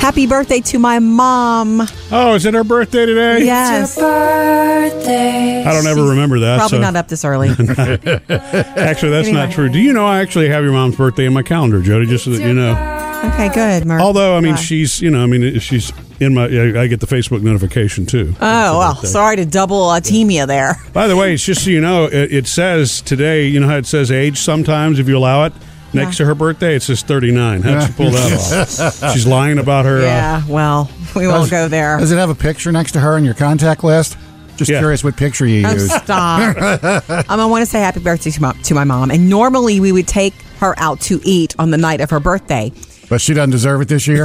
Happy birthday to my mom. Oh, is it her birthday today? Yes. I don't ever remember that. Probably so- not up this early. Actually, that's not Anyway. true. Do you know I actually have your mom's birthday in my calendar, Jody? Just so that you know. okay, good. Murph. Although I mean, Bye. she's you know, I mean, she's in my. I I get the Facebook notification too. Oh, well, sorry to double uh, team you there. By the way, it's just so you know, it, it says today. You know how it says age sometimes if you allow it. Next to her birthday, it says thirty nine. How'd she pull that off? She's lying about her. Uh, Yeah, well, we won't go there. Does it have a picture next to her in your contact list? Just Yeah. curious what picture you Oh, use. stop. um, I want to say happy birthday to my, to my mom. And normally we would take her out to eat on the night of her birthday. But she doesn't deserve it this year.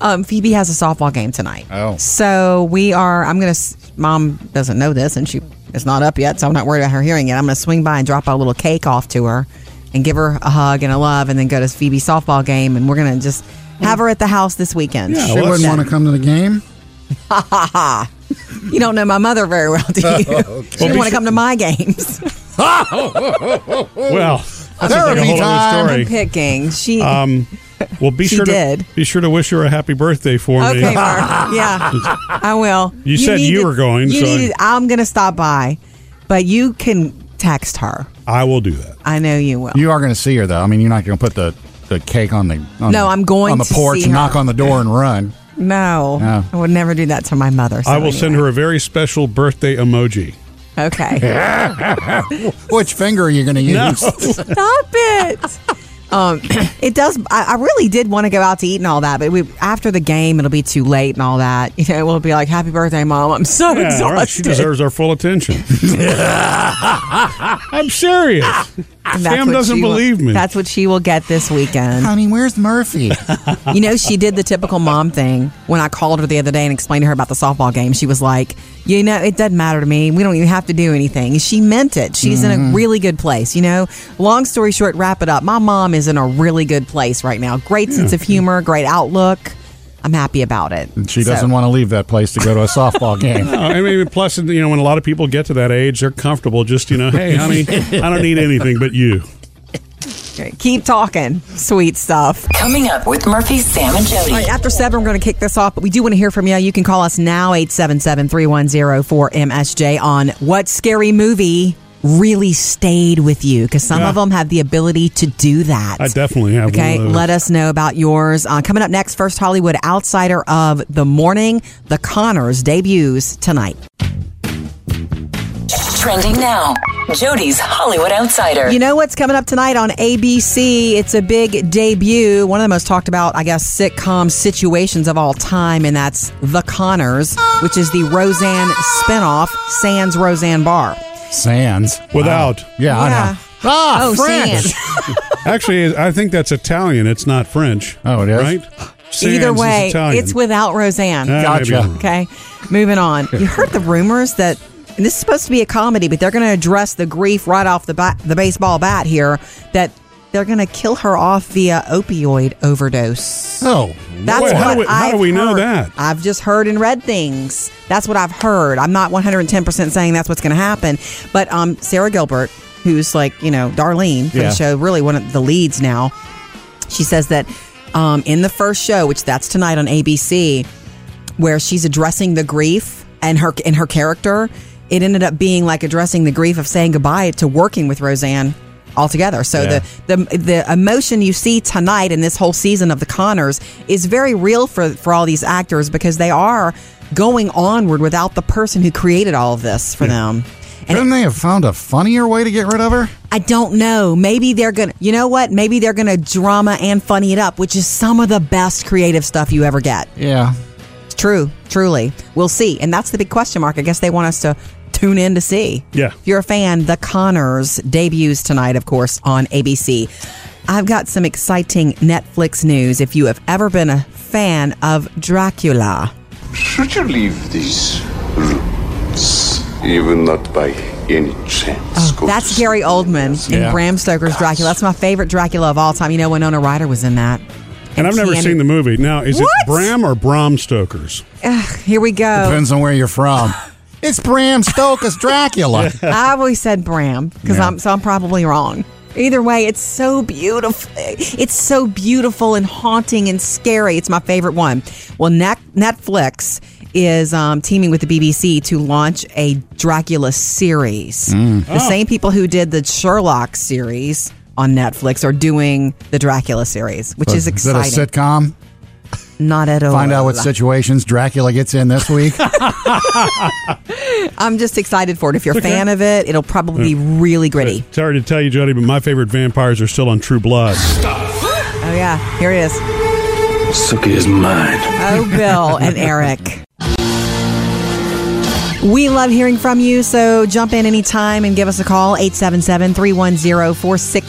Um, Phoebe has a softball game tonight. Oh. So we are, I'm going to, mom doesn't know this and she is not up yet, so I'm not worried about her hearing it. I'm going to swing by and drop a little cake off to her and give her a hug and a love and then go to Phoebe's softball game. And we're going to just have her at the house this weekend. Yeah, she well, wouldn't that's- want to come to the game. You don't know my mother very well, do you? She Well, didn't be want to sure- come to my games. well, that's a Therapy whole time. other I'm story. picking. She. Um, well, be She sure did. to be sure to wish her a happy birthday for Okay, me. Mark. Yeah, I will. You said need you to- were going, You so I- need to- I'm going to stop by, but you can text her. I will do that. I know you will. You are going to see her, though. I mean, you're not going to put the, the cake on the No, on the- I'm going on the to porch, see her. knock on the door, and run. no, No. I would never do that to my mother. So I will send her a very special birthday emoji. her. Okay, Which finger are you going to use? stop it. Um, it does. I, I really did want to go out to eat and all that, but we after the game, it'll be too late and all that. You know, we'll be like, "Happy birthday, mom! I'm so Yeah, all exhausted." right. She deserves our full attention. I'm serious. And that's Sam what doesn't she will- believe me. That's what she will get this weekend. Honey, where's Murphy? You know, she did the typical mom thing when I called her the other day and explained to her about the softball game. She was like, You know, it doesn't matter to me. We don't even have to do anything. She meant it. She's in Mm-hmm. a really good place. You know, long story short, wrap it up. My mom is in a really good place right now. Great sense of humor, great outlook. I'm happy about it. She doesn't want to leave that place to go to a softball game. No, I mean, plus, you know, when a lot of people get to that age, they're comfortable. Just you know, hey, honey, I don't need anything but you. to keep talking. Sweet stuff. Coming up with Murphy, Sam, and Jody. All right, after seven, we're going to kick this off, but we do want to hear from you. You can call us now, 877 310 4MSJ, on what scary movie really stayed with you, because some Yeah. of them have the ability to do that. I definitely have. Okay, one of those. let us know about yours. Uh, coming up next, first Hollywood outsider of the morning, The Connors debuts tonight. Trending now. Jody's Hollywood Outsider. You know what's coming up tonight on ABC? It's a big debut, one of the most talked about, I guess, sitcom situations of all time, and that's The Connors, which is the Roseanne spinoff, Sans Roseanne Barr. Sands. Without. Wow. Yeah, I Yeah. know. Ah, Oh, French. Sans. Actually, I think that's Italian. It's not French. Oh, it is? Right. Sans Either is way, Italian. it's without Roseanne. Ah, maybe Gotcha. I'm wrong. Okay, moving on. You heard the rumors that and this is supposed to be a comedy, but they're going to address the grief right off the bat, the baseball bat here that they're going to kill her off via opioid overdose. Oh, That's Wait, what how do we- how I've do we know heard. that? I've just heard and read things. That's what I've heard. I'm not 110% saying that's what's going to happen. But um, Sarah Gilbert, who's like, you know, Darlene for Yeah. the show, really one of the leads now, she says that um, in the first show, which that's tonight on ABC, where she's addressing the grief and her in her character, it ended up being like addressing the grief of saying goodbye to working with Roseanne altogether. So Yeah. the, the the emotion you see tonight in this whole season of The Connors is very real for for all these actors because they are going onward without the person who created all of this for them. And couldn't they have found a funnier way to get rid of her? I don't know. Maybe they're gonna. You know what? Maybe they're gonna drama and funny it up, which is some of the best creative stuff you ever get. Yeah. It's true, truly. We'll see, and that's the big question mark. I guess they want us to tune in to see. Yeah. If you're a fan, The Connors debuts tonight, of course, on ABC. I've got some exciting Netflix news. If you have ever been a fan of Dracula, Should you leave these roots? You will not by any chance. go to Oh, that's sleep Gary in Oldman this in Yeah. Bram Stoker's Dracula. That's my favorite Dracula of all time. You know, Winona Ryder was in that. And I've never she seen ended- the movie. Now, is e- What? it Bram or Bram Stoker's? Here we go. Depends on where you're from. it's Bram Stoker's Dracula. I always said Bram because Yeah. I'm so I'm probably wrong. Either way, it's so beautiful. It's so beautiful and haunting and scary. It's my favorite one. Well, Net- Netflix is um, teaming with the BBC to launch a Dracula series. Mm. The same people who did the Sherlock series on Netflix are doing the Dracula series, which is that a exciting. sitcom? Not at all. Find out what situations Dracula gets in this week. I'm just excited for it. If you're a fan of it, it'll probably be Hmm. really gritty. Sorry to tell you, Jody, but my favorite vampires are still on True Blood. Oh yeah, here it is. Suki is mine. Oh, Bill and Eric. We love hearing from you, so jump in anytime and give us a call, 877 310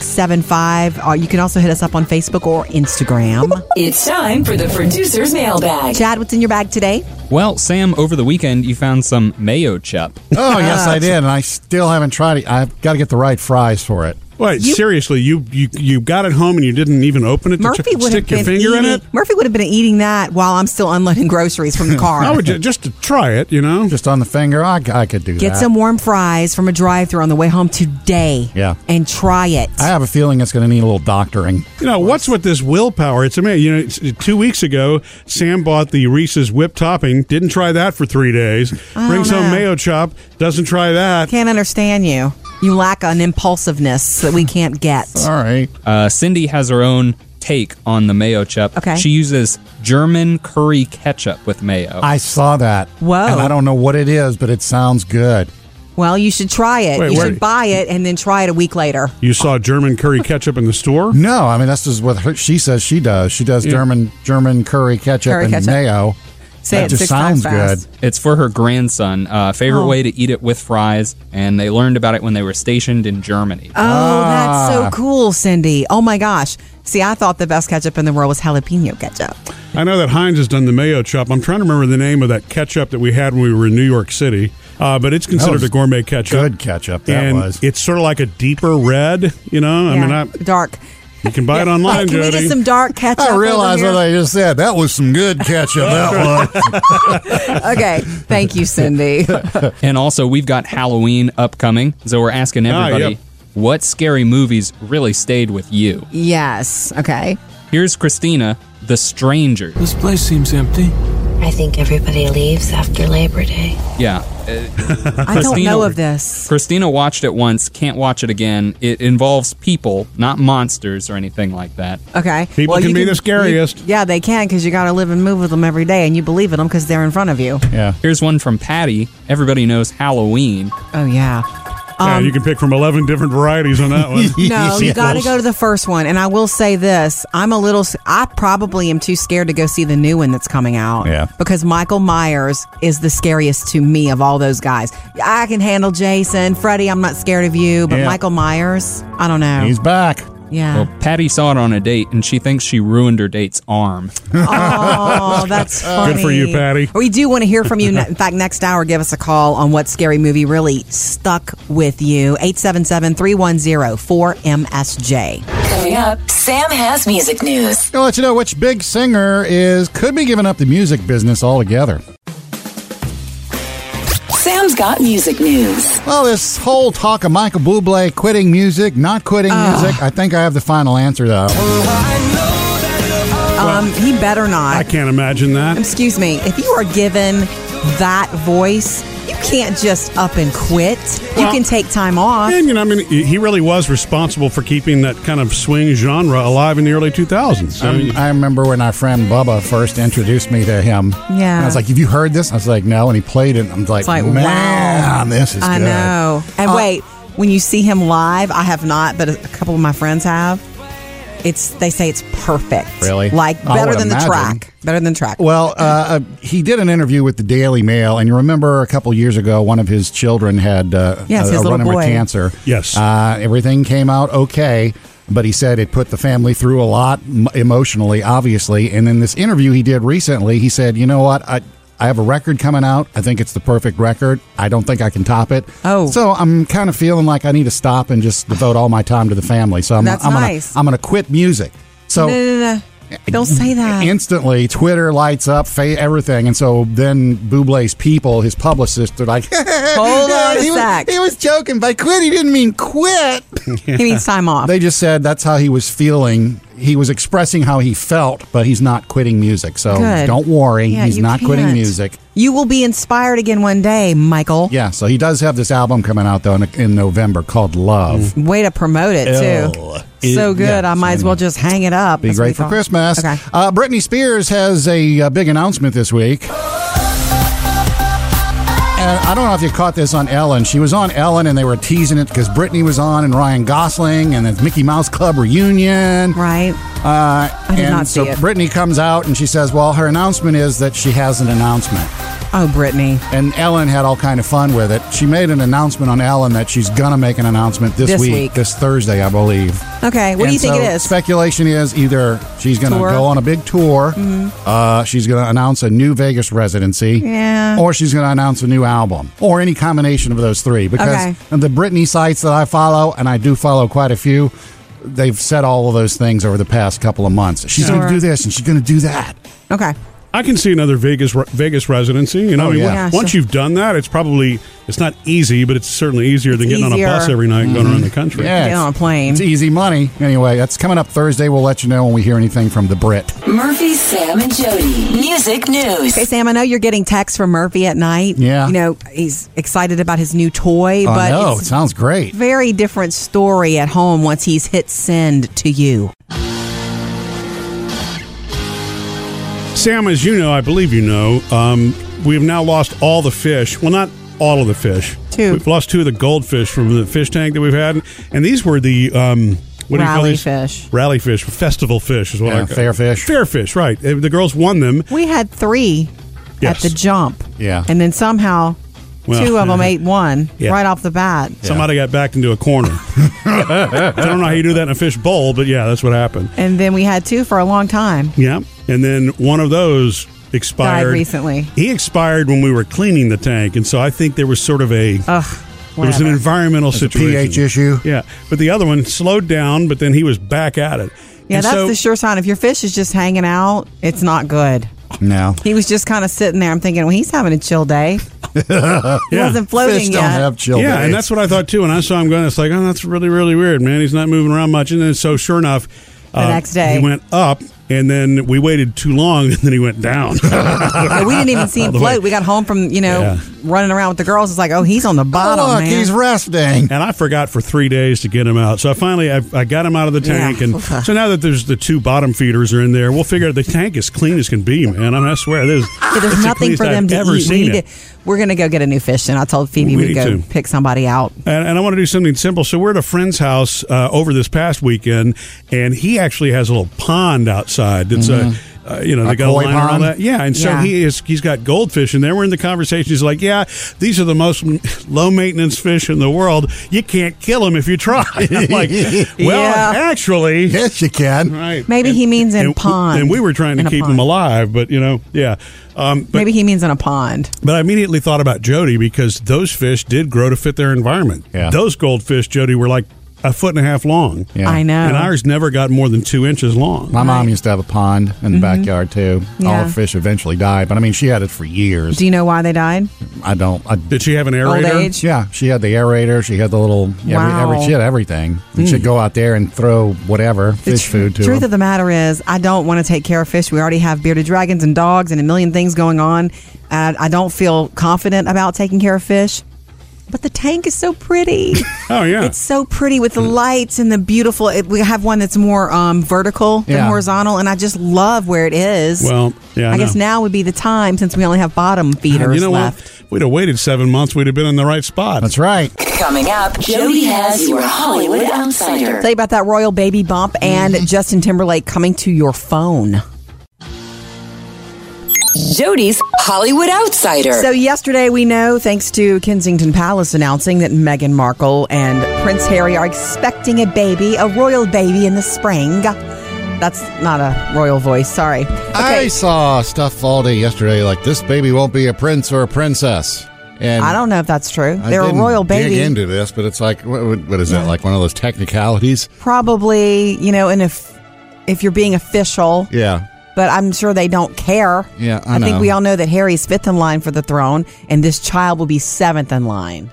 4675. Uh, You can also hit us up on Facebook or Instagram. It's time for the producer's mailbag. Chad, what's in your bag today? Well, Sam, over the weekend you found some mayo chup. oh yes, I did, and I still haven't tried it. I've got to get the right fries for it. Wait, seriously, you, you you got it home and you didn't even open it to Murphy ch- would stick your have been finger eating, in it? Murphy would have been eating that while I'm still unloading groceries from the car. I would ju- just to try it, you know. Just on the finger, I, I could do Get that. some warm fries from a drive-thru on the way home today. Yeah. and try it. I have a feeling it's going to need a little doctoring. You know what's with this willpower? It's amazing. You know, it's, two weeks ago, Sam bought the Reese's whip topping. Didn't try that for three days. don't Brings home know. mayo chop. Doesn't try that. Can't understand you. You lack an impulsiveness that we can't get. All right. Uh, Cindy has her own take on the mayo chup. Okay. She uses German curry ketchup with mayo. I saw that. Whoa. And I don't know what it is, but it sounds good. Well, you should try it. Wait, you wait. should buy it and then try it a week later. You saw German curry ketchup in the store. No, I mean that's just what her, she says. She does. She does German German curry ketchup Mm. Curry and ketchup. mayo. Say that it just six times sounds fast. good. It's for her grandson. Uh, favorite way to eat it with fries, and they learned about it when they were stationed in Germany. Ah. Oh, that's so cool, Cindy. Oh my gosh. See, I thought the best ketchup in the world was jalapeno ketchup. I know that Heinz has done the mayo chop. I'm trying to remember the name of that ketchup that we had when we were in New York City, uh, but it's considered was a gourmet ketchup. good ketchup, that and was. It's sort of like a deeper red. You know, I mean, I, dark. you can buy it online, Hey, can we Jody. get some dark ketchup? I over realize here? what I just said. That was some good ketchup. that was. Okay, thank you, Cindy. And also, we've got Halloween upcoming, so we're asking Ah, everybody yep. what scary movies really stayed with you. yes. Okay. Here's Christina, The Stranger. This place seems empty. I think everybody leaves after Labor Day. Yeah. uh, I don't Christina know would- of this. Christina watched it once, can't watch it again. It involves people, not monsters or anything like that. Okay. People you can be the scariest. you- yeah, they can because you got to live and move with them every day, and you believe in them because they're in front of you. yeah. Here's one from Patty. Everybody knows Halloween. Oh yeah. yeah, you can pick from 11 different varieties on that one. um, No, you got to go to the first one. And I will say this: I'm a little. I probably am too scared to go see the new one that's coming out. Yeah. Because Michael Myers is the scariest to me of all those guys. I can handle Jason, Freddy. I'm not scared of you, but Yeah. Michael Myers, I don't know. He's back. yeah. Well, Patty saw it on a date and she thinks she ruined her date's arm. Oh, that's funny. Good for you, Patty. We do want to hear from you. In fact, next hour, give us a call on what scary movie really stuck with you. 877-310-4MSJ. Coming up, Sam has music news. I'll let you know which big singer is could be giving up the music business altogether. Sam's got music news. Well, this whole talk of Michael Bublé quitting music, not quitting music. I think I have the final answer to that. Um, he better not. I can't imagine that. Excuse me, if you are given that voice, you can't just up and quit. You Well- can take time off. And, you know, I mean, he really was responsible for keeping that kind of swing genre alive in the early 2000s. Um, I mean, I remember when our friend Bubba first introduced me to him. Yeah. And I was like, "Have you heard this?" I was like, "No," and he played it. I'm like, It's like, wow. "Man, this is I good." know. And Uh, wait, when you see him live, I have not, but a couple of my friends have. It's they say it's perfect. Really? Like I better would than the imagine. track. Better than track. Well, uh, uh, he did an interview with the Daily Mail, and you remember a couple years ago, one of his children had uh, Yes, a, his a little running with boy. cancer. Yes. uh, everything came out okay, but he said it put the family through a lot m- emotionally, obviously. And in this interview he did recently, he said, "You know what? I I have a record coming out. I think it's the perfect record. I don't think I can top it. Oh. so I'm kind of feeling like I need to stop and just devote all my time to the family. So I'm That's I'm nice. gonna I'm gonna quit music. So No, no, no, no. Don't say that. instantly Twitter lights up, fa- everything, and so then Bublé's people, his publicists, are like, Hold on a he, sec. Was, he was joking by quit. He didn't mean quit. He needs time off. They just said that's how he was feeling. He was expressing how he felt, but he's not quitting music. So Good. don't worry, Yeah, he's you not quitting can't. music. You will be inspired again one day, Michael. Yeah, so he does have this album coming out though in, in November called Love. Way to promote it Ew. too. So Ew. good. Yeah, I might as well just hang it up. Be That's what great they for call it. Christmas. Okay. Uh, Britney Spears has a, uh big announcement this week. And I don't know if you caught this on Ellen. She was on Ellen, and they were teasing it because Britney was on, and Ryan Gosling, and the Mickey Mouse Club reunion. Right. Uh, I did and not so see it. Brittany comes out and she says, "Well, her announcement is that she has an announcement." Oh, Brittany. And Ellen had all kind of fun with it. She made an announcement on Ellen that she's gonna make an announcement this, This week. this Thursday, I believe. Okay. What And do you think so it is? Speculation is either she's gonna Tour. Mm-hmm. go on a big tour, uh, she's gonna announce a new Vegas residency, Yeah. or she's gonna announce a new album, or any combination of those three. Because Okay. the Britney sites that I follow, and I do follow quite a few. They've said all of those things over the past couple of months. She's going Sure. to do this and she's going to do that. Okay. I can see another Vegas re- Vegas residency. You know, Oh, I mean, yeah. on- Yeah, once sure. you've done that, it's probably it's not easy, but it's certainly easier than getting easier. on a bus every night and going around the country. Mm-hmm. Yeah, Get it's- on a plane. It's easy money. Anyway, that's coming up Thursday. We'll let you know when we hear anything from the Brit. Murphy, Sam, and Jody. Music news. Okay, Sam, I know you're getting texts from Murphy at night. Yeah. You know, he's excited about his new toy, I but know, it it's sounds great. a very different story at home once he's hit send to you. Sam, as you know, I believe you know, um, we have now lost all the fish. Well, not all of the fish. Two. We've lost two of the goldfish from the fish tank that we've had, and these were the um, what do you call Rally these? fish. Rally fish, festival fish is what Yeah, I call fair fish. Fair fish, right? Uh, The girls won them. We had three Yes. at the jump. Yeah. And then somehow Well, two of them ate one Yeah. right off the bat. Somebody got backed into a corner. I don't know how you do that in a fish bowl, but yeah, that's what happened. And then we had two for a long time. Yeah, and then one of those expired Died recently. He expired when we were cleaning the tank, and so I think there was sort of a Ugh. there was an whatever. environmental a situation, pH issue. Yeah, but the other one slowed down, but then he was back at it. Yeah, And that's so- the sure sign. If your fish is just hanging out, it's not good. No. He was just kind of sitting there. I'm thinking, well, he's having a chill day. He Yeah. wasn't floating Fish yet. don't have children. Yeah, and that's what I thought too. And I saw him going, it's like, oh, that's really, really weird, man. He's not moving around much. And then, so sure enough, the next day. he went up, and then we waited too long, and then he went down. Like, we didn't even see him the way. float. We got home from you know Yeah. running around with the girls. It's like, oh, he's on the Oh, bottom, look, man. he's resting. and I forgot for three days to get him out. So I finally I, I got him out of the Yeah. tank, and so now that there's the two bottom feeders are in there, we'll figure out the tank is clean as can be, man. I, mean, I swear this. Yeah, it's there's the nothing cleanest for them I've to ever eat. We Seen need it. to- we're gonna go get a new fish, and I told Phoebe We we'd need go to. pick somebody out. And, and I want to do something simple. So we're at a friend's house uh, over this past weekend, and he actually has a little pond outside. That's a uh, you know A they got a koi line around pond? that. Yeah, and so Yeah. he is he's got goldfish in there. We're in the conversation. He's like, "Yeah, these are the most low maintenance fish in the world. You can't kill them if you try." I'm like, "Well, Yeah. actually, Yes, you can. right? Maybe he means in and, pond. And we were trying In to a keep pond. him alive, but you know, yeah. Um, but Maybe he means in a pond. but I immediately thought about Jody because those fish did grow to fit their environment. Yeah. Those goldfish, Jody, were like a foot and a half long. Yeah. I know. And ours never got more than two inches long. My mom used to have a pond in the backyard too. All Mm-hmm. Yeah. her fish eventually died, but I mean, she had it for years. Do you know why they died? I don't. I, Did she have an aerator? Old age. yeah, she had the aerator. She had the little. Every, every, Wow. Mm. she had everything. And She'd go out there and throw whatever fish food to Truth them. of the matter is, I don't want to take care of fish. We already have bearded dragons and dogs and a million things going on. And I don't feel confident about taking care of fish. But the tank is so pretty. Oh, yeah. It's so pretty with the lights and the beautiful. It, we have one that's more um, vertical than Yeah. horizontal, and I just love where it is. Well, yeah, I I, guess know. now would be the time since we only have bottom feeders you know left. what? We'd have waited seven months. We'd have been in the right spot. That's right. Coming up, Jody has your Hollywood Outsider. Tell you about that royal baby bump and Mm-hmm. Justin Timberlake coming to your phone. Jody's Hollywood Outsider. So yesterday, we know, thanks to Kensington Palace announcing that Meghan Markle and Prince Harry are expecting a baby, a royal baby in the spring. That's not a royal voice. Sorry. I saw stuff all day yesterday like this baby won't be a prince or a princess. And I don't know if that's true. I They're a didn't royal Dig baby, into this, but it's like what, what what is that? Like one of those technicalities? probably. You know, in a f- if you're being official, Yeah. but I'm sure they don't care. Yeah, I know. think we all know that Harry's fifth in line for the throne, and this child will be seventh in line.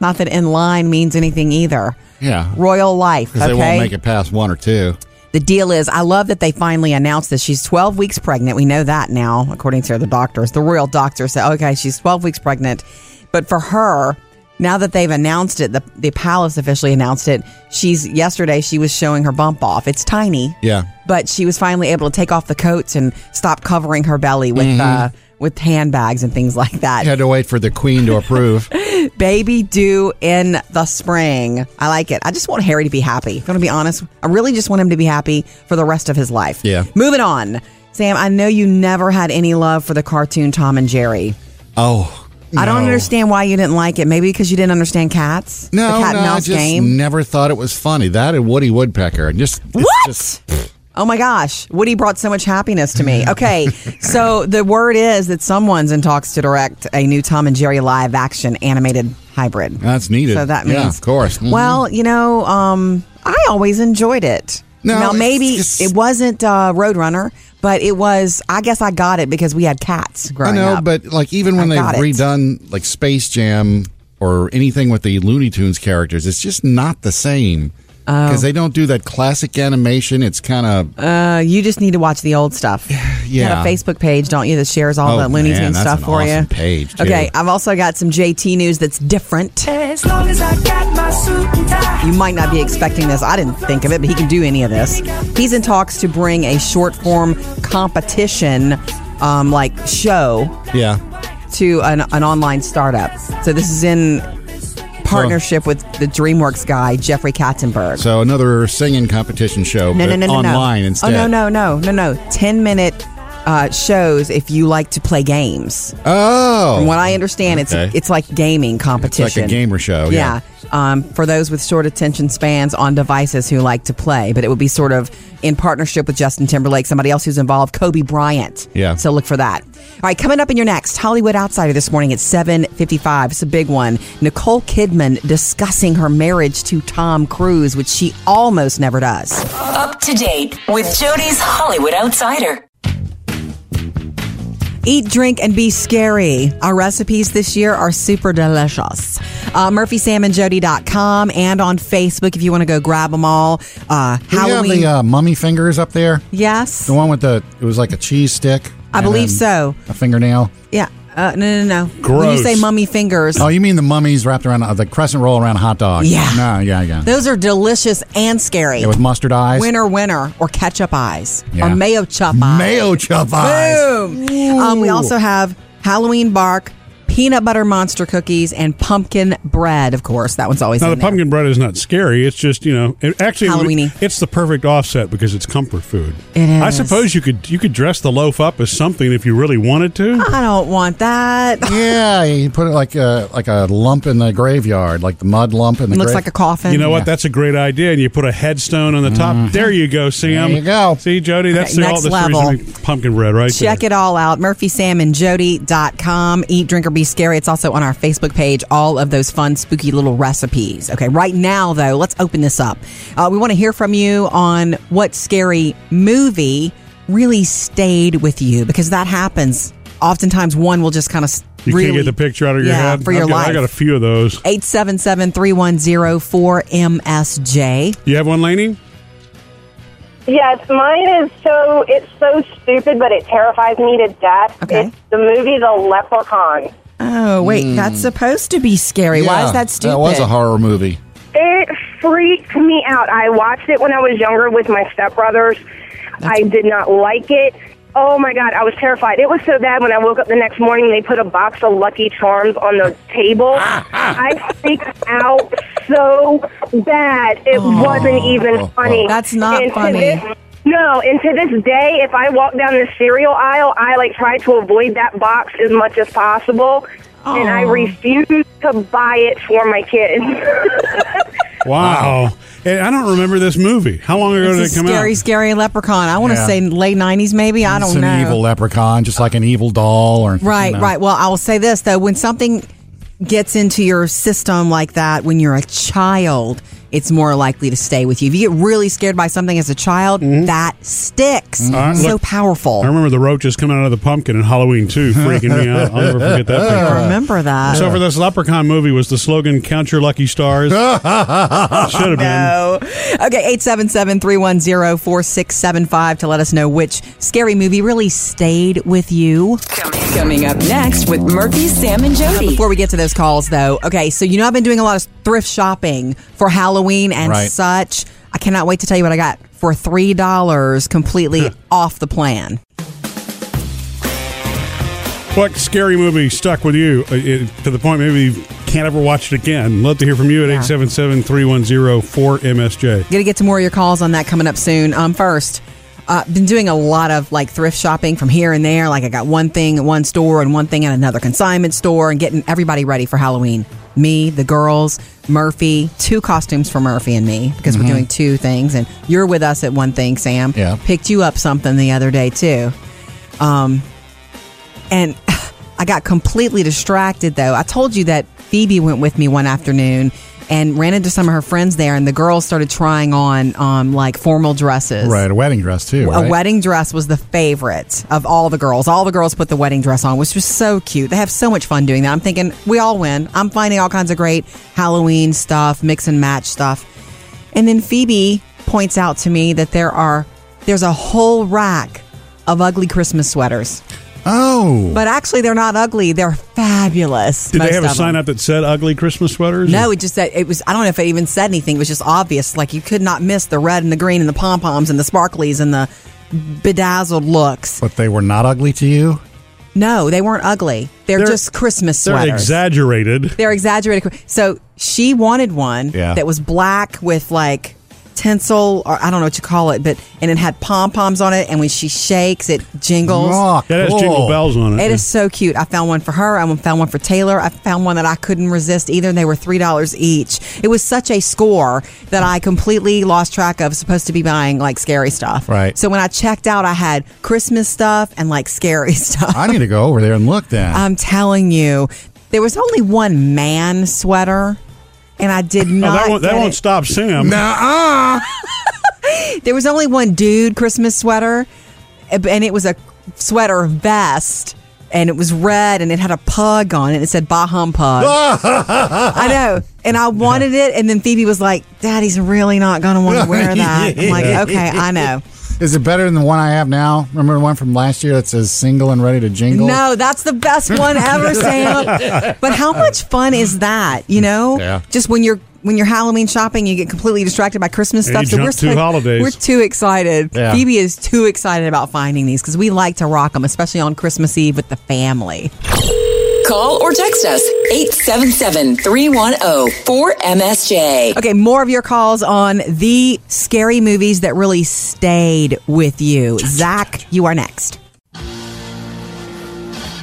Not that in line means anything either. Yeah. Royal life. Because Okay. they won't make it past one or two. The deal is, I love that they finally announced this. She's 12 weeks pregnant. We know that now, according to the doctors. The royal doctor said, okay, she's 12 weeks pregnant. But for her, now that they've announced it, the, the palace officially announced it, she's yesterday, she was showing her bump off. It's tiny. Yeah. But she was finally able to take off the coats and stop covering her belly with, uh, with handbags and things like that. You had to wait for the queen to approve. Baby due in the spring. I like it. I just want Harry to be happy. If I'm going to be honest. I really just want him to be happy for the rest of his life. Yeah. Moving on. Sam, I know you never had any love for the cartoon Tom and Jerry. oh. I don't no. understand why you didn't like it. Maybe because you didn't understand cats? No, the cat and no, I mouse just game? never thought it was funny. That and Woody Woodpecker. And just it's What? just- Oh my gosh, Woody brought so much happiness to me. Okay, so the word is that someone's in talks to direct a new Tom and Jerry live action animated hybrid. that's needed. So that means, yeah, of course. Mhm. Well, you know, um, I always enjoyed it. No, now it's maybe just- it wasn't uh, Roadrunner, but it was. I guess I got it because we had cats I growing know, up. but like even when I they've got it. redone like Space Jam or anything with the Looney Tunes characters, it's just not the same Oh. because they don't do that classic animation. It's kind of uh, you just need to watch the old stuff. You yeah. have a Facebook page, don't you? That shares all Oh, the Looney man, Tunes that's stuff an for you. awesome page, too. Okay, I've also got some JT news that's different. As long as I got my suit and tie. You might not be expecting this. I didn't think of it, but he can do any of this. He's in talks to bring a short form competition, um, like show yeah. to an, an online startup. So this is in partnership with the DreamWorks guy, Jeffrey Katzenberg. So another singing competition show, no, but no, no, no, Uh, online no. instead. Oh, no, no, no, no, no. 10 minute uh, shows if you like to play games. Oh, From what I understand, it's Okay. it's like gaming competition. It's like a gamer show, yeah. Um, for those with short attention spans on devices who like to play, but it would be sort of in partnership with Justin Timberlake, somebody else who's involved, Kobe Bryant. Yeah. So look for that. All right, coming up in your next Hollywood Outsider this morning at seven fifty-five. It's a big one. Nicole Kidman discussing her marriage to Tom Cruise, which she almost never does. Up to date with Jody's Hollywood Outsider. Eat, drink, and be scary. Our recipes this year are super delicious. Uh, MurphySamandJody.com and on Facebook if you want to go grab them all. Uh, Do you have Halloween. the uh, mummy fingers up there? yes. The one with the it was like a cheese stick. I and believe so. then A fingernail. Yeah. Uh, no, no, no. When you Gross. say mummy fingers, Oh, you mean the mummies wrapped around uh, the crescent roll around a hot dog? Yeah. No, yeah, yeah. those are delicious and scary. yeah with mustard eyes, winner, winner, or ketchup eyes, Yeah. or mayo chop eyes. mayo chop eyes. Boom. Um, we also have Halloween bark, peanut butter monster cookies, and pumpkin bread. Of course, that one's always Now, the in there. pumpkin bread is not scary. It's just you know, it actually, Halloweeny. it's the perfect offset because it's comfort food. It I is. suppose you could you could dress the loaf up as something if you really wanted to. I don't want that. Yeah, you put it like a like a lump in the graveyard, like the mud lump in the. looks grave- like a coffin. You know what? That's a great idea. And you put a headstone on the top. Mm-hmm. There you go, Sam. There you go. See, Jody, that's Okay, the, all next that's the level. reason we- pumpkin bread right Check it all out. MurphySamandJody.com. Eat, drink, or be scary. It's also on our Facebook page. All of those fun, spooky little recipes. Okay, right now, though, let's open this up. Uh, we want to hear from you on what scary movie really stayed with you because that happens. Oftentimes, one will just kind of You really can't get the picture out of your yeah, head. for your I've got- life. I got a few of those. 877 310 4MSJ. You have one, Laney? Yes, mine is so it's so stupid, but it terrifies me to death. Okay. It's the movie The Leprechaun. Oh, wait, that's supposed to be scary. Why Yeah, is that stupid? That was a horror movie. It freaked me out. I watched it when I was younger with my stepbrothers. I did not like it. Oh my god, I was terrified. It was so bad when I woke up the next morning they put a box of lucky charms on the table. I freaked out so bad. It wasn't even funny. That's not And to funny. this- no, and to this day, if I walk down the cereal aisle, I like try to avoid that box as much as possible, and I Aw. refuse to buy it for my kids. Wow. And I don't remember this movie. How long ago It's did it a come scary, out? scary leprechaun. I want to Yeah. say late nineties, maybe. I It's don't an know. evil leprechaun, just like an evil doll, or Oh, right, you know. right. Well, I will say this though: when something gets into your system like that, when you're a child, it's more likely to stay with you. If you get really scared by something as a child, that sticks. Uh, So look, powerful. I remember the roaches coming out of the pumpkin in Halloween too, freaking me out. I'll never forget that picture. I remember that. So for this Leprechaun movie was the slogan "Count your lucky stars." Should have been. no. Okay, 877-310-4675 to let us know which scary movie really stayed with you. Uh, Coming up next with Murphy, Sam, and Jody. Before we get to those calls though, okay, so you know I've been doing a lot of thrift shopping for Halloween and Right. such. I cannot wait to tell you what I got for $3 completely off the plan. What scary movie stuck with you uh, it- to the point maybe you can't ever watch it again? Love to hear from you at 877-310-4MSJ. Gonna get to more of your calls on that coming up soon. Um, first, uh, been doing a lot of like thrift shopping from here and there. Like I got one thing at one store and one thing at another consignment store, and getting everybody ready for Halloween. Me, the girls, Murphy, two costumes for Murphy and me because we're doing two things, and you're with us at one thing, Sam. Yeah. picked you up something the other day too. Um, and I got completely distracted though. I told you that Phoebe went with me one afternoon and ran into some of her friends there, and the girls started trying on um, like formal dresses. Right, a wedding dress too. A right? wedding dress was the favorite of all the girls. All the girls put the wedding dress on, which was so cute. They have so much fun doing that. I'm thinking we all win. I'm finding all kinds of great Halloween stuff, mix and match stuff. And then Phoebe points out to me that there are there's a whole rack of ugly Christmas sweaters. Oh, But actually, they're not ugly. They're fabulous. Did most they have a of sign them. up that said "ugly Christmas sweaters"? No, it just said it was. I don't know if it even said anything. It was just obvious. Like you could not miss the red and the green and the pom poms and the sparklies and the bedazzled looks. but they were not ugly to you. No, they weren't ugly. They're, They're- just Christmas they're sweaters. exaggerated. They're exaggerated. So she wanted one Yeah. that was black with like tinsel or I don't know what you call it, but and it had pom poms on it. And when she shakes, it jingles. Oh, That has cool. jingle bells on it. It is so cute. I found one for her. I found one for Taylor. I found one that I couldn't resist either. and They were three dollars each. It was such a score that I completely lost track of. Supposed to be buying like scary stuff, Right. So when I checked out, I had Christmas stuff and like scary stuff. I need to go over there and look then. I'm telling you, there was only one man sweater, and I did Oh, not. that won't, that get won't it. stop Sam. Nuh-uh. There was only one dude Christmas sweater, and it was a sweater vest, and it was red, and it had a pug on it. It said "Bah Humpug." I know, and I wanted it, and then Phoebe was like, "Daddy's really not going to want to wear that." I'm like, "Okay, I know." Is it better than the one I have now? Remember the one from last year that says "single and ready to jingle"? No, that's the best one ever, Sam. But how much fun is that? You know, Yeah. just when you're when you're Halloween shopping, you get completely distracted by Christmas And stuff. you jump two like- holidays. We're too excited. Yeah. Phoebe is too excited about finding these because we like to rock them, especially on Christmas Eve with the family. Call or text us 877-310-4MSJ. Okay, more of your calls on the scary movies that really stayed with you. Zach, you are next.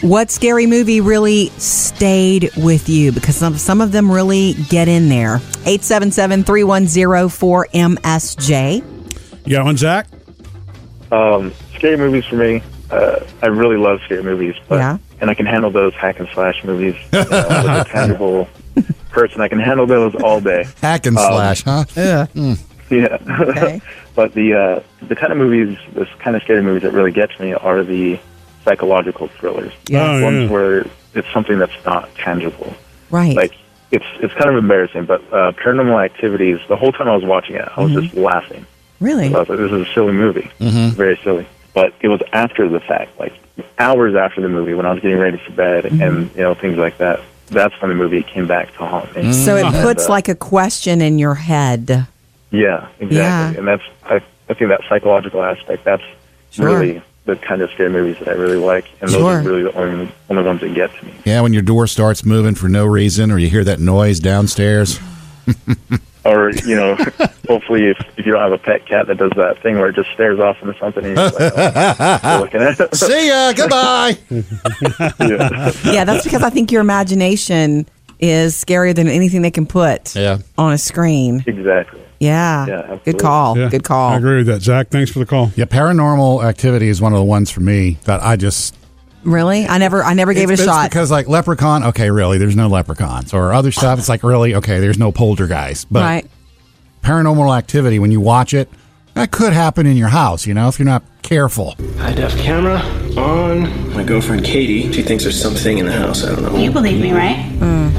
What scary movie really stayed with you? Because some, some of them really get in there. 877 310 4MSJ. You got one, Zach? Um, scary movies for me. Uh, I really love scary movies, but Yeah. and I can handle those hack and slash movies uh, with a tangible person. I can handle those all day. Hack and slash, Oh. huh? Yeah. Okay. but the uh, the kind of movies, this kind of scary movies that really gets me are the psychological thrillers. Yes. Oh, Ones yeah. where it's something that's not tangible. Right. Like it's it's kind of embarrassing, but uh, Paranormal Activities. The whole time I was watching it, I was just laughing. really? I was like, this is a silly movie. Very silly. But it was after the fact, like hours after the movie when I was getting ready for bed and, you know, things like that. That's when the movie came back to haunt me. So it puts uh, like a question in your head. Yeah, exactly. Yeah. And that's, I, I think that psychological aspect, that's Sure. really the kind of scary movies that I really like. And those Sure. are really the only, only ones that get to me. Yeah, when your door starts moving for no reason, or you hear that noise downstairs. Or, you know, hopefully if, if you don't have a pet cat that does that thing where it just stares off into something and you're just like, oh, you're looking at it. See ya. Goodbye. Yeah. yeah, that's because I think your imagination is scarier than anything they can put Yeah. on a screen. Exactly. Yeah, Yeah. Good absolutely. call. Yeah. Oh, Good call. I agree with that, Zach. Thanks for the call. yeah, paranormal activity is one of the ones for me that I just Really? I never I never gave it's, it a it's shot. because like leprechaun. Okay, really, there's no leprechauns or other stuff. It's like really okay, there's no poltergeist, but right. paranormal activity, when you watch it, that could happen in your house, you know, if you're not careful. High def camera on. My girlfriend Katie, she thinks there's something in the house. I don't know. Hmm. You believe me, right?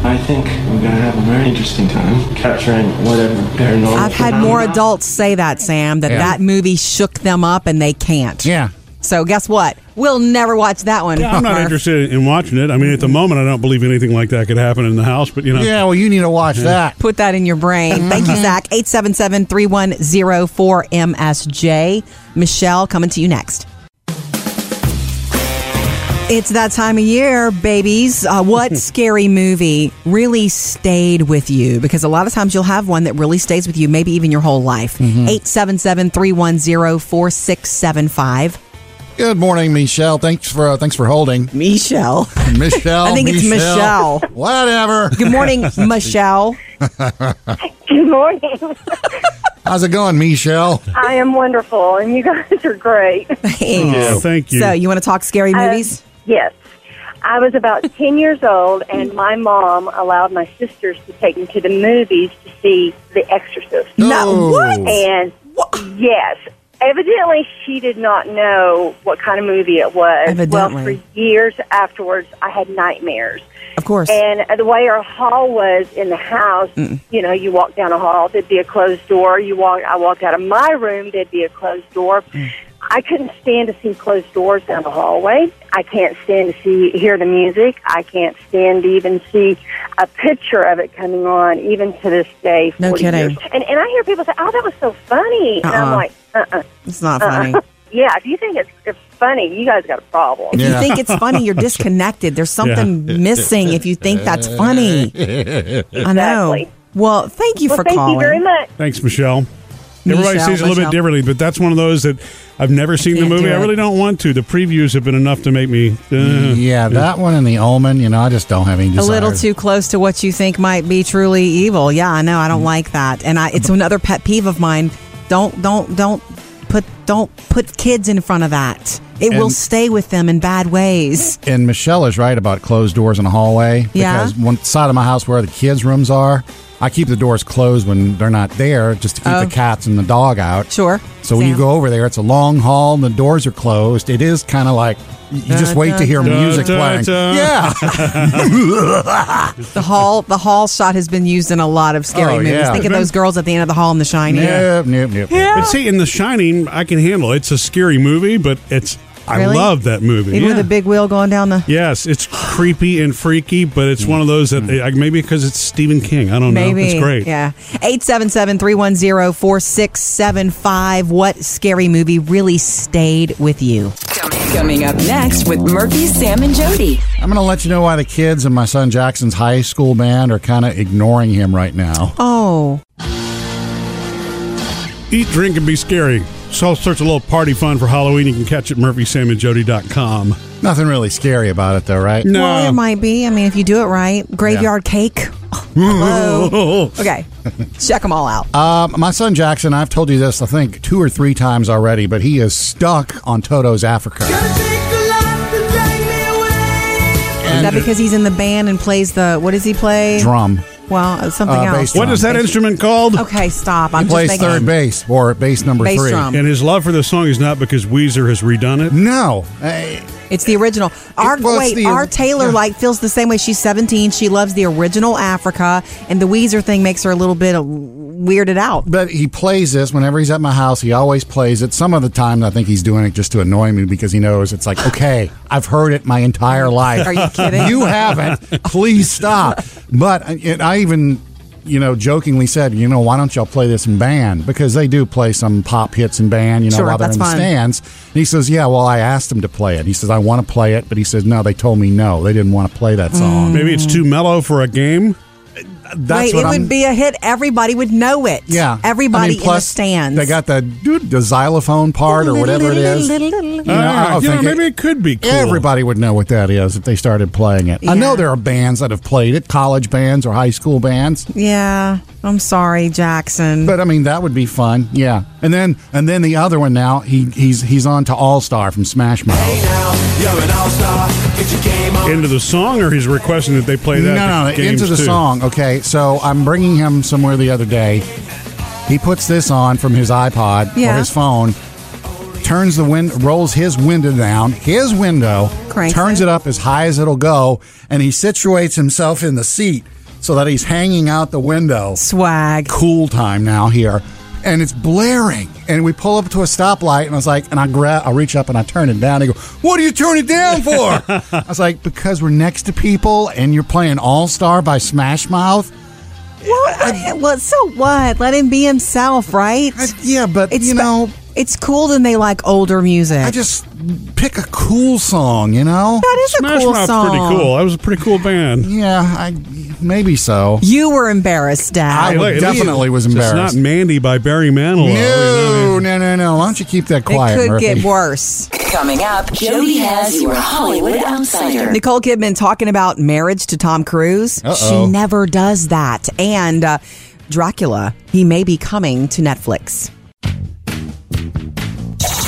I think we're gonna have a very interesting time capturing whatever paranormal. I've had more adults say that, Sam, that Yeah. that movie shook them up and they can't. Yeah. So guess what? We'll never watch that one. I'm not Murph. interested in watching it. I mean, at the moment, I don't believe anything like that could happen in the house, but you know. Yeah, well, you need to watch Yeah. that. Put that in your Mm-hmm. brain. Thank you, Zach. 877-3104-MSJ. Michelle coming to you next. It's that time of year, babies. Uh, what scary movie really stayed with you? Because a lot of times you'll have one that really stays with you, maybe even your whole life. Mm-hmm. 877 310 4675. Good morning, Michelle. Thanks for uh, thanks for holding. Michelle. Michelle. I think it's Michelle. Whatever. Good morning, Michelle. Good morning. How's it going, Michelle? I am wonderful, and you guys are great. you. Thank you. So, you want to talk scary Uh, movies? yes. I was about 10 years old, and my mom allowed my sisters to take me to the movies to see The Exorcist. Oh. No, what? And yes, evidently she did not know what kind of movie it was. Evidently. Well, for years afterwards, I had nightmares. Of course. And uh, the way our hall was in the house, Mm. you know, you walk down a hall, there'd be a closed door. You walk, I walked out of my room, there'd be a closed door. Mm. I couldn't stand to see closed doors down the hallway. I can't stand to see hear the music. I can't stand to even see a picture of it coming on, even to this day. No 40 kidding. years. And and I hear people say, "Oh, that was so funny," and I'm Uh-uh. like, "Uh, uh It's not uh-uh. funny. yeah, if you think it's, it's funny, you guys got a problem. If Yeah. you think it's funny, you're disconnected. There's something Yeah. missing if you think that's funny. I know. Well, thank you well, for thank calling. you very much. Thanks, Michelle. Everybody Michelle, sees it a little Michelle. bit differently, but that's one of those that I've never seen the Can't movie. do I it. really don't want to. The previews have been enough to make me. uh, yeah, that one and the Omen. You know, I just don't have any. A Desire. little too close to what you think might be truly evil. Yeah, I know. I Mm-hmm. don't like that, and I, it's another pet peeve of mine. Don't don't don't put don't put kids in front of that. It will And- stay with them in bad ways. And Michelle is right about closed doors in a hallway. Yeah. Because one side of my house where the kids' rooms are, I keep the doors closed when they're not there, just to keep Oh. the cats and the dog out. Sure. So when you Sam. go over there, it's a long hall and the doors are closed. It is kind of like you just wait to hear Da, music da, playing. da. Yeah. The hall the hall shot has been used in a lot of scary Oh, movies. yeah. Think of those girls at the end of the hall in The Shining. Nope, nope, nope. And see, in The Shining, I can handle. it. It's a scary movie, but it's. I Really? love that movie. Even with Yeah. a big wheel going down the. Yes, it's creepy and freaky, but it's one of those that Mm. I- maybe because it's Stephen King. I don't Maybe. know. It's great. Yeah. 877 310 4675. What scary movie really stayed with you? Coming up next with Murphy, Sam, and Jody. I'm going to let you know why the kids in my son Jackson's high school band are kind of ignoring him right now. Oh. Eat, drink, and be scary. So search a little party fun for Halloween. You can catch it at murphysamandjody.com. Nothing really scary about it, though, right? No. Well, it might be. I mean, if you do it right, graveyard cake. Hello. okay. Check them all out. Um, my son Jackson, I've told you this, I think, two or three times already, but he is stuck on Toto's Africa. Is that because he's in the band and plays the. What does he play? Drum. Well, it's something Uh, else. bass What is that instrument called? Okay, stop. I'm He just plays thinking. third base or bass number Bass three. drum. And his love for this song is not because Weezer has redone it. No. Uh, It's the original. Our was wait, the- our Taylor yeah. like feels the same way. She's 17. She loves the original Africa, and the Weezer thing makes her a little bit uh, weirded out. but he plays this whenever he's at my house. He always plays it. Some of the times, I think he's doing it just to annoy me because he knows it's like, okay, I've heard it my entire life. Are you kidding? You haven't. Please stop. But I- it, I even, you know, jokingly said, you know, why don't y'all play this in band? Because they do play some pop hits in band, you know, Sure, while they're that's in the fun. stands. And he says, yeah, well, I asked them to play it. He says, I want to play it. But he says, no, they told me no. They didn't want to play that song. Maybe it's too mellow for a game. That's Hmm. wait, what it I'm, would be a hit. Everybody would know it. Yeah. everybody I mean, in the plus stands. They got the dude the xylophone part or whatever it is. You know, I Ah, don't you know, think maybe it could be cool. Everybody would know what that is if they started playing it. I know Yeah. there are bands that have played it, college bands or high school bands. yeah. I'm sorry, Jackson. But I mean that would be fun. Yeah. And then and then the other one now, he he's he's on to All Star from Smash Mouth. Into the song, or he's requesting that they play that. No, at no, no, games into the too? song. Okay. So I'm bringing him somewhere the other day He puts this on from his iPod Yeah. or his phone, turns the wind, rolls his window down, his window, Cranks turns it. up as high as it'll go, and he situates himself in the seat so that he's hanging out the window. Swag. Cool time now here. And it's blaring, and we pull up to a stoplight, and I was like, and I grab, I reach up and I turn it down. They go, "What do you turn it down for?" I was like, "Because we're next to people, and you're playing All Star by Smash Mouth." Well, I- well, so what? Let him be himself, right? yeah, but it's you ba- know- it's cool than they like older music. I just pick a cool song, you know? that is Smash a cool Mouth's song. pretty cool. That was a pretty cool band. Yeah, I maybe so. You were embarrassed, Dad. I Hey, look, definitely was it's embarrassed. not Mandy by Barry Manilow. you know, No, no, no, no. Why don't you keep that quiet, it could Murphy? get worse. Coming up, Jody has your Hollywood Outsider. Nicole Kidman talking about marriage to Tom Cruise. Uh-oh. She never does that. And uh, Dracula, he may be coming to Netflix.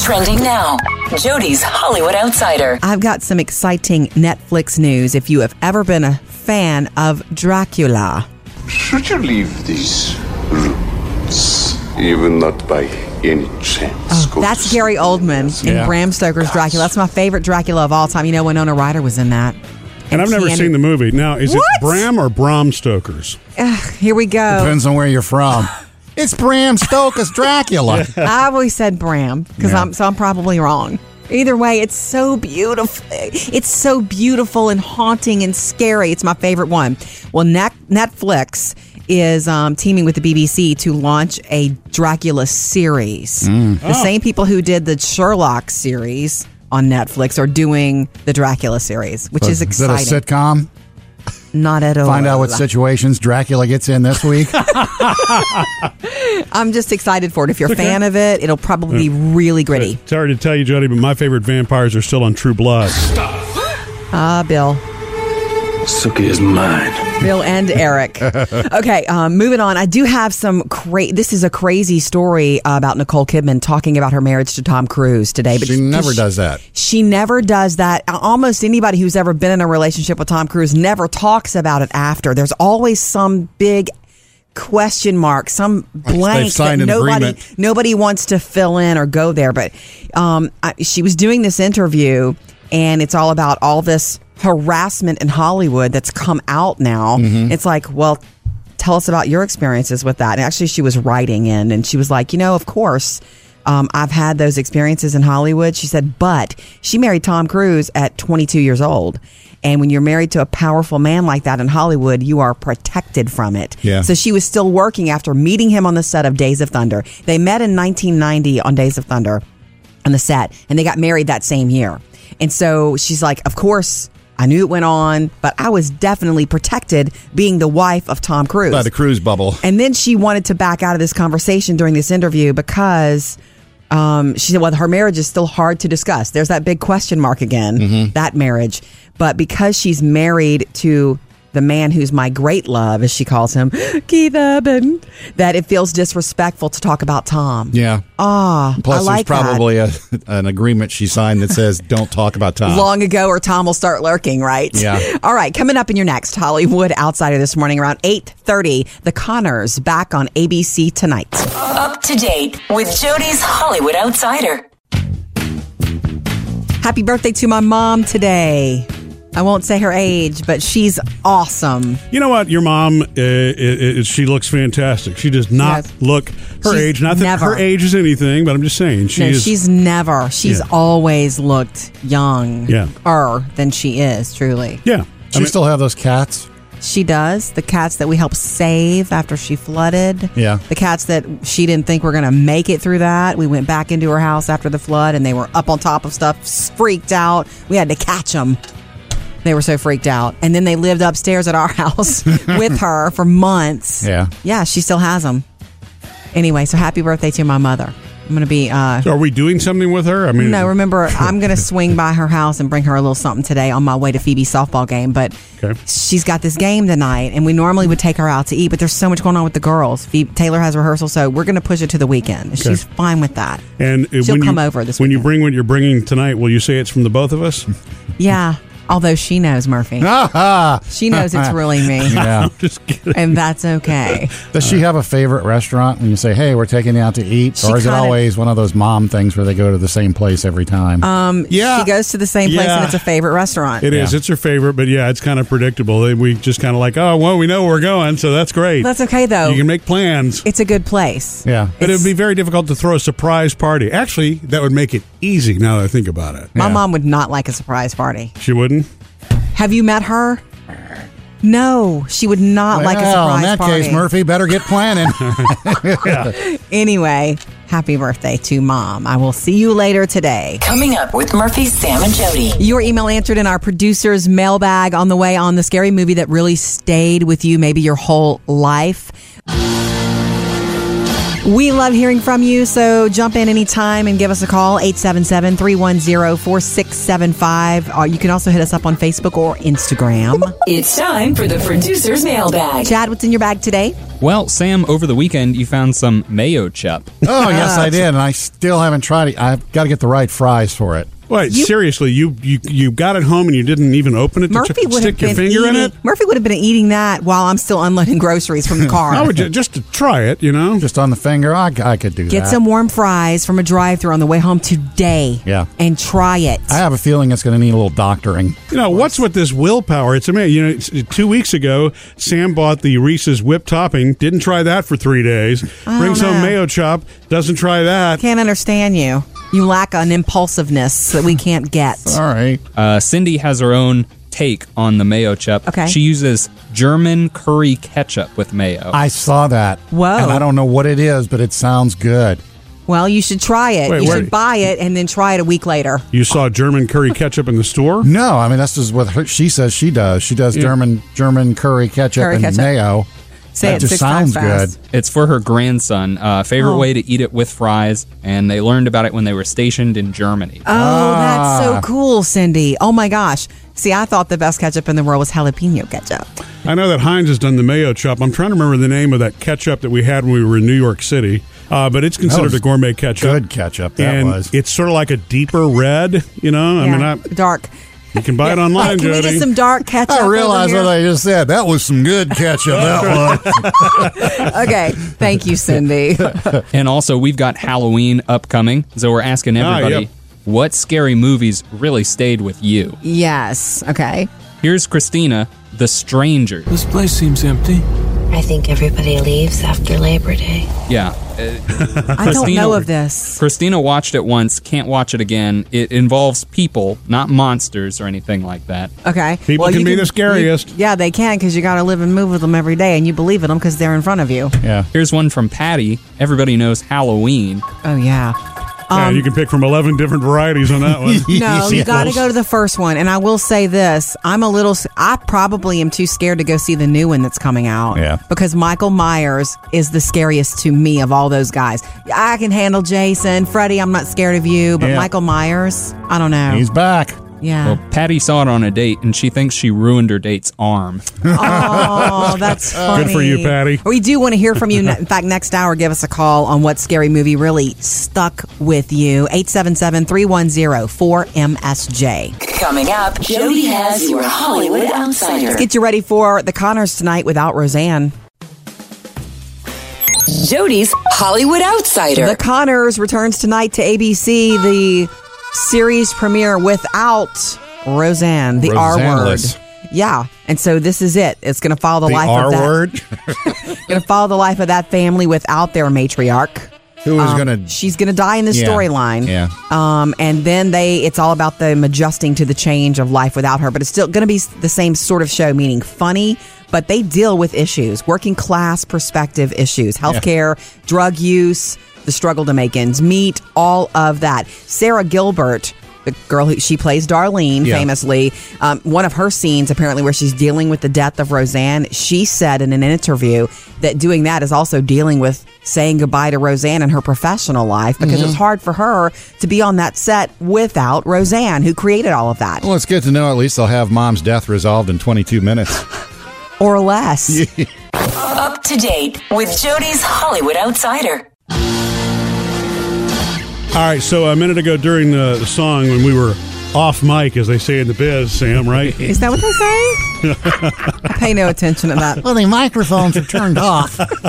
Trending now. Jody's Hollywood Outsider. I've got some exciting Netflix news. If you have ever been a fan of Dracula, Should you leave these roots, even not by any chance? go Oh, that's to Gary Oldman in Yeah. Bram Stoker's Dracula. That's my favorite Dracula of all time. You know, Winona Ryder was in that. And I've never Keanu- seen the movie. Now, is What? it Bram or Bram Stoker's? Ugh, here we go. Depends on where you're from. it's Bram Stoker's Dracula. I always said Bram because Yeah. I'm so I'm probably wrong. Either way, it's so beautiful. It's so beautiful and haunting and scary. It's my favorite one. Well, Net- Netflix is um, teaming with the BBC to launch a Dracula series. Mm. The same people who did the Sherlock series on Netflix are doing the Dracula series, which is that a exciting. sitcom? Not at all. Find out what situations Dracula gets in this week. I'm just excited for it. If you're a fan of it, it'll probably be Mm. really gritty. Sorry to tell you, Jody, but my favorite vampires are still on True Blood. Ah, Bill. Suki is mine. Bill and Eric. Okay, um, moving on. I do have some crazy. This is a crazy story uh, about Nicole Kidman talking about her marriage to Tom Cruise today. But she never does that. She never does that. Almost anybody who's ever been in a relationship with Tom Cruise never talks about it after. There's always some big question mark, some blank that signed an nobody agreement. nobody wants to fill in or go there. But um, I, she was doing this interview, and it's all about all this harassment in Hollywood that's come out now. It's like, well. Tell us about your experiences with that. And actually, she was writing in and she was like, you know, of course, um, I've had those experiences in Hollywood. She said, but she married Tom Cruise at 22 years old. And when you're married to a powerful man like that in Hollywood, you are protected from it. Yeah. So she was still working after meeting him on the set of Days of Thunder. They met in 1990 on Days of Thunder on the set, and they got married that same year. And so she's like, Of course, I knew it went on, but I was definitely protected being the wife of Tom Cruise. By the cruise bubble. And then she wanted to back out of this conversation during this interview because um, she said, well, her marriage is still hard to discuss. There's that big question mark again, that marriage. But because she's married to the man who's my great love, as she calls him, Keith Urban, that it feels disrespectful to talk about Tom. Yeah. Ah, Plus, I like there's that. probably a, an agreement she signed that says, don't talk about Tom. long ago or Tom will start lurking, right? Yeah. All right, coming up in your next Hollywood Outsider this morning around 8:30, The Connors back on ABC tonight. Up to date with Jody's Hollywood Outsider. Happy birthday to my mom today. I won't say her age, but she's awesome. You know what? Your mom, uh, i i she looks fantastic. She does not Yes. look her She's age. Not that never. her age is anything, but I'm just saying she no, is. she's never. She's Yeah. always looked young. Yeah. Er than she is, truly. yeah. She still have those cats? She does. The cats that we helped save after she flooded. Yeah. The cats that she didn't think were going to make it through that. We went back into her house after the flood and they were up on top of stuff, freaked out. We had to catch them. They were so freaked out. And then they lived upstairs at our house with her for months. Yeah. Yeah, she still has them. Anyway, so happy birthday to my mother. I'm going to be uh, So are we doing something with her? I mean, no, remember, I'm going to swing by her house and bring her a little something today on my way to Phoebe's softball game. But Okay. she's got this game tonight, and we normally would take her out to eat, but there's so much going on with the girls. Phoebe, Taylor has rehearsal, so we're going to push it to the weekend. and She's fine with that. and uh, she'll when come you, over this when you weekend. bring what you're bringing tonight, will you say it's from the both of us? Yeah. Although she knows Murphy. she knows it's really me. Yeah. Just kidding. And that's okay. Does she have a favorite restaurant when you say, hey, we're taking you out to eat? She or is it kinda- always one of those mom things where they go to the same place every time? Um, Yeah. She goes to the same place Yeah. and it's a favorite restaurant. It is. It's her favorite, but yeah, it's kind of predictable. They- We just kind of like, oh, well, we know where we're going, so that's great. That's okay, though. You can make plans. It's a good place. yeah. But it would be very difficult to throw a surprise party. Actually, that would make it easy now that I think about it. My mom would not like a surprise party. She wouldn't? Have you met her? No, she would not like a Well, surprise in that party. case, Murphy, better get planning. Anyway, happy birthday to mom. I will see you later today. Coming up with Murphy, Sam, and Jody. Your email answered in our producer's mailbag on the way on the scary movie that really stayed with you maybe your whole life. We love hearing from you, so jump in anytime and give us a call 877 310 4675. Uh, You can also hit us up on Facebook or Instagram. It's time for the producer's mailbag. Chad, what's in your bag today? Well, Sam, over the weekend you found some mayo chup. oh, yes, I did. And I still haven't tried it. I've got to get the right fries for it. Wait, seriously, you, you you got it home and you didn't even open it to Murphy ch- would stick your have been finger eating, in it? Murphy would have been eating that while I'm still unloading groceries from the car. I would ju- just to try it, you know? Just on the finger, I, I could do that. Get some warm fries from a drive-thru on the way home today. Yeah. and try it. I have a feeling it's going to need a little doctoring. You know, what's with this willpower? It's amazing. You know, it's, two weeks ago, Sam bought the Reese's whip topping, didn't try that for three days. I Brings don't home know. mayo chop, doesn't try that. Can't understand you. You lack an impulsiveness that we can't get. All right. Uh, Cindy has her own take on the mayo chup. Okay. She uses German curry ketchup with mayo. I saw that. Whoa. And I don't know what it is, but it sounds good. Well, you should try it. Wait, you wait. should buy it and then try it a week later. You saw German curry ketchup in the store? No, I mean that's just what her, she says she does. She does German German curry ketchup Curry and ketchup. mayo. Say that it just six times sounds fast. good. It's for her grandson. Uh, favorite Oh. way to eat it with fries, and they learned about it when they were stationed in Germany. Oh, Ah. that's so cool, Cindy. Oh my gosh. See, I thought the best ketchup in the world was jalapeno ketchup. I know that Heinz has done the mayo chop. I'm trying to remember the name of that ketchup that we had when we were in New York City, uh, but it's That considered was a gourmet ketchup. Good ketchup that and was. It's sort of like a deeper red, you know? I mean, I, dark. you can buy it online, Can we Jody. get some dark ketchup? I over realize here? what I just said. That was some good ketchup. That was. okay. Thank you, Cindy. And also, we've got Halloween upcoming, so we're asking Ah, everybody yep. what scary movies really stayed with you. yes. Okay. Here's Christina, The Stranger. This place seems empty. I think everybody leaves after Labor Day. Yeah. uh, I don't Christina- know of this. Christina watched it once, can't watch it again. It involves people, not monsters or anything like that. Okay. People can you be the scariest. you- yeah, they can because you got to live and move with them every day, and you believe in them because they're in front of you. yeah. Here's one from Patty. Everybody knows Halloween. Oh yeah. Um, yeah, you can pick from 11 different varieties on that one. No, you got to go to the first one. And I will say this: I'm a little. s- I probably am too scared to go see the new one that's coming out. Yeah. Because Michael Myers is the scariest to me of all those guys. I can handle Jason, Freddy. I'm not scared of you, but Yeah. Michael Myers. I don't know. He's back. yeah. Well, Patty saw it on a date, and she thinks she ruined her date's arm. Oh, that's funny. Good for you, Patty. We do want to hear from you. In fact, next hour, give us a call on what scary movie really stuck with you. 877-310-4MSJ. Coming up, Jody has your Hollywood Outsider. Get you ready for the Connors tonight without Roseanne. Jody's Hollywood Outsider. The Connors returns tonight to ABC, the series premiere without Roseanne, the R word. Roseanne-less. Yeah. And so this is it. It's going to follow the, The life R of that. word. Going to follow the life of that family without their matriarch. Who is Um, going to? she's gonna die in this Yeah. storyline Yeah. um and then they it's all about them adjusting to the change of life without her but it's still gonna be s- the same sort of show meaning funny but they deal with issues working class perspective issues healthcare drug use the struggle to make ends meet all of that sarah gilbert the girl who she plays Darlene Yeah. famously. Um, one of her scenes, apparently, where she's dealing with the death of Roseanne, she said in an interview that doing that is also dealing with saying goodbye to Roseanne in her professional life because Mm-hmm. it's hard for her to be on that set without Roseanne, who created all of that, Well, it's good to know. At least they'll have mom's death resolved in 22 minutes. or less. Up to date with Jody's Hollywood Outsider. All right, so a minute ago during the, the song when we were off mic, as they say in the biz, Sam, right? Is that what they say? Pay no attention to that. Well, the microphones are turned off.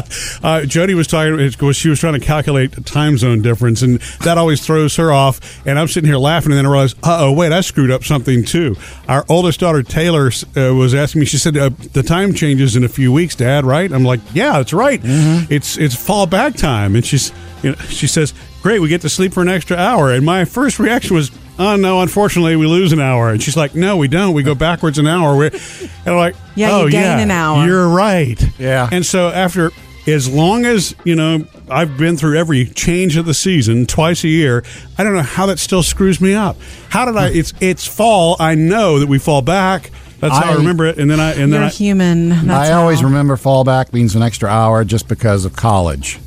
Uh, Jody was talking, of course, she was trying to calculate the time zone difference, and that always throws her off. And I'm sitting here laughing, and then I realize, uh oh, wait, I screwed up something too. Our oldest daughter, Taylor, uh, was asking me, she said, uh, the time changes in a few weeks, Dad, right? I'm like, yeah, that's right. It's it's fall back time. And she's, you know, she says, great, we get to sleep for an extra hour. And my first reaction was, oh no, unfortunately, we lose an hour. And she's like, no, we don't. We go backwards an hour. We're, and I'm like, Yeah, you oh, gain yeah, an hour." You're right. Yeah. And so after as long as, you know, I've been through every change of the season twice a year, I don't know how that still screws me up. How did I it's it's fall, I know that we fall back. That's how I I- remember it. And then I and then You're I, human. That's I always how. remember fallback means an extra hour just because of college.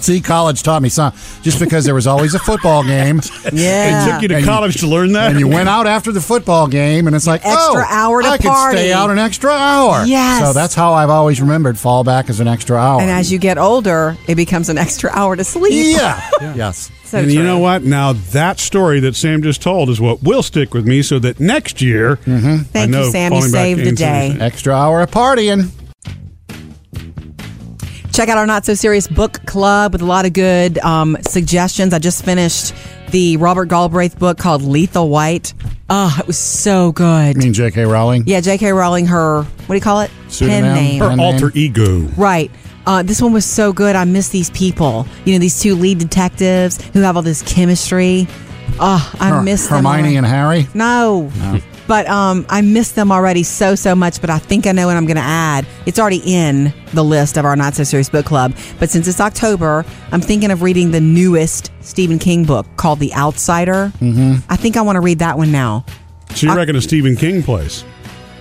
See, college taught me something. Just because there was always a football game, Yeah. it took you to And you- college to learn that. and you went out after the football game, and it's like, Extra oh, hour to I could party. stay out an extra hour. Yes. So that's how I've always remembered fallback as an extra hour. And as you get older, it becomes an extra hour to sleep. yeah, yes, So and you true. know what? Now that story that Sam just told is what will stick with me, so that next year, Mm-hmm. I Thank know you, Sam. You falling back saved the gains day. everything. extra hour of partying. Check out our Not So Serious book club with a lot of good um, suggestions. I just finished the Robert Galbraith book called Lethal White. Oh, it was so good. You mean J.K. Rowling? Yeah, J.K. Rowling, her, what do you call it? Pseudonym. Pen name. Her And then- alter ego. Right. Uh, this one was so good. I miss these people. You know, these two lead detectives who have all this chemistry. Oh, I Her- miss them. Hermione already. and Harry. No. But um, I miss them already so, so much. But I think I know what I'm going to add. It's already in the list of our Not So Serious Book Club. But since it's October, I'm thinking of reading the newest Stephen King book called The Outsider. Mm-hmm. I think I want to read that one now. So you reckon a Stephen King place?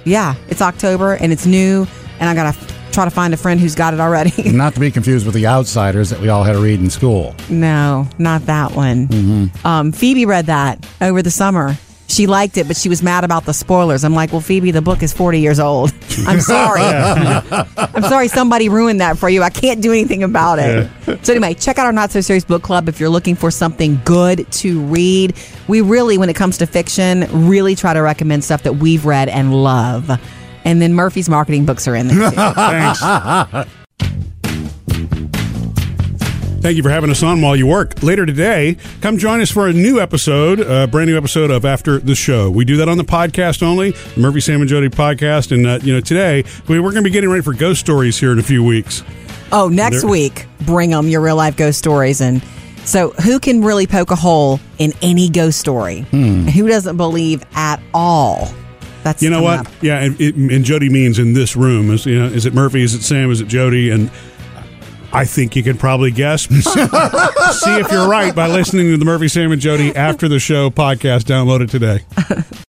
Yeah, it's October and it's new. And I got to f- try to find a friend who's got it already. Not to be confused with the outsiders that we all had to read in school. no, not that one. Um, Phoebe read that over the summer. She liked it, but she was mad about the spoilers. I'm like, well, Phoebe, the book is 40 years old. I'm sorry. I'm sorry somebody ruined that for you. I can't do anything about it. so, anyway, check out our Not So Serious Book Club if you're looking for something good to read. We really, when it comes to fiction, really try to recommend stuff that we've read and love. And then Murphy's marketing books are in there. too. Thanks. Thank you for having us on while you work. Later today, come join us for a new episode, a brand new episode of After the Show. We do that on the podcast only, the Murphy, Sam, and Jody podcast. And, uh, you know, today, we, we're going to be getting ready for ghost stories here in a few weeks. Oh, next There- week, bring them your real life ghost stories. And so, who can really poke a hole in any ghost story? And Who doesn't believe at all? That's Hmm. You know coming what? up. Yeah, and, it, and Jody means in this room. Is, you know, is it Murphy? Is it Sam? Is it Jody? And I think you can probably guess. See if you're right by listening to the Murphy, Sam, and Jody after the show podcast. Download it today.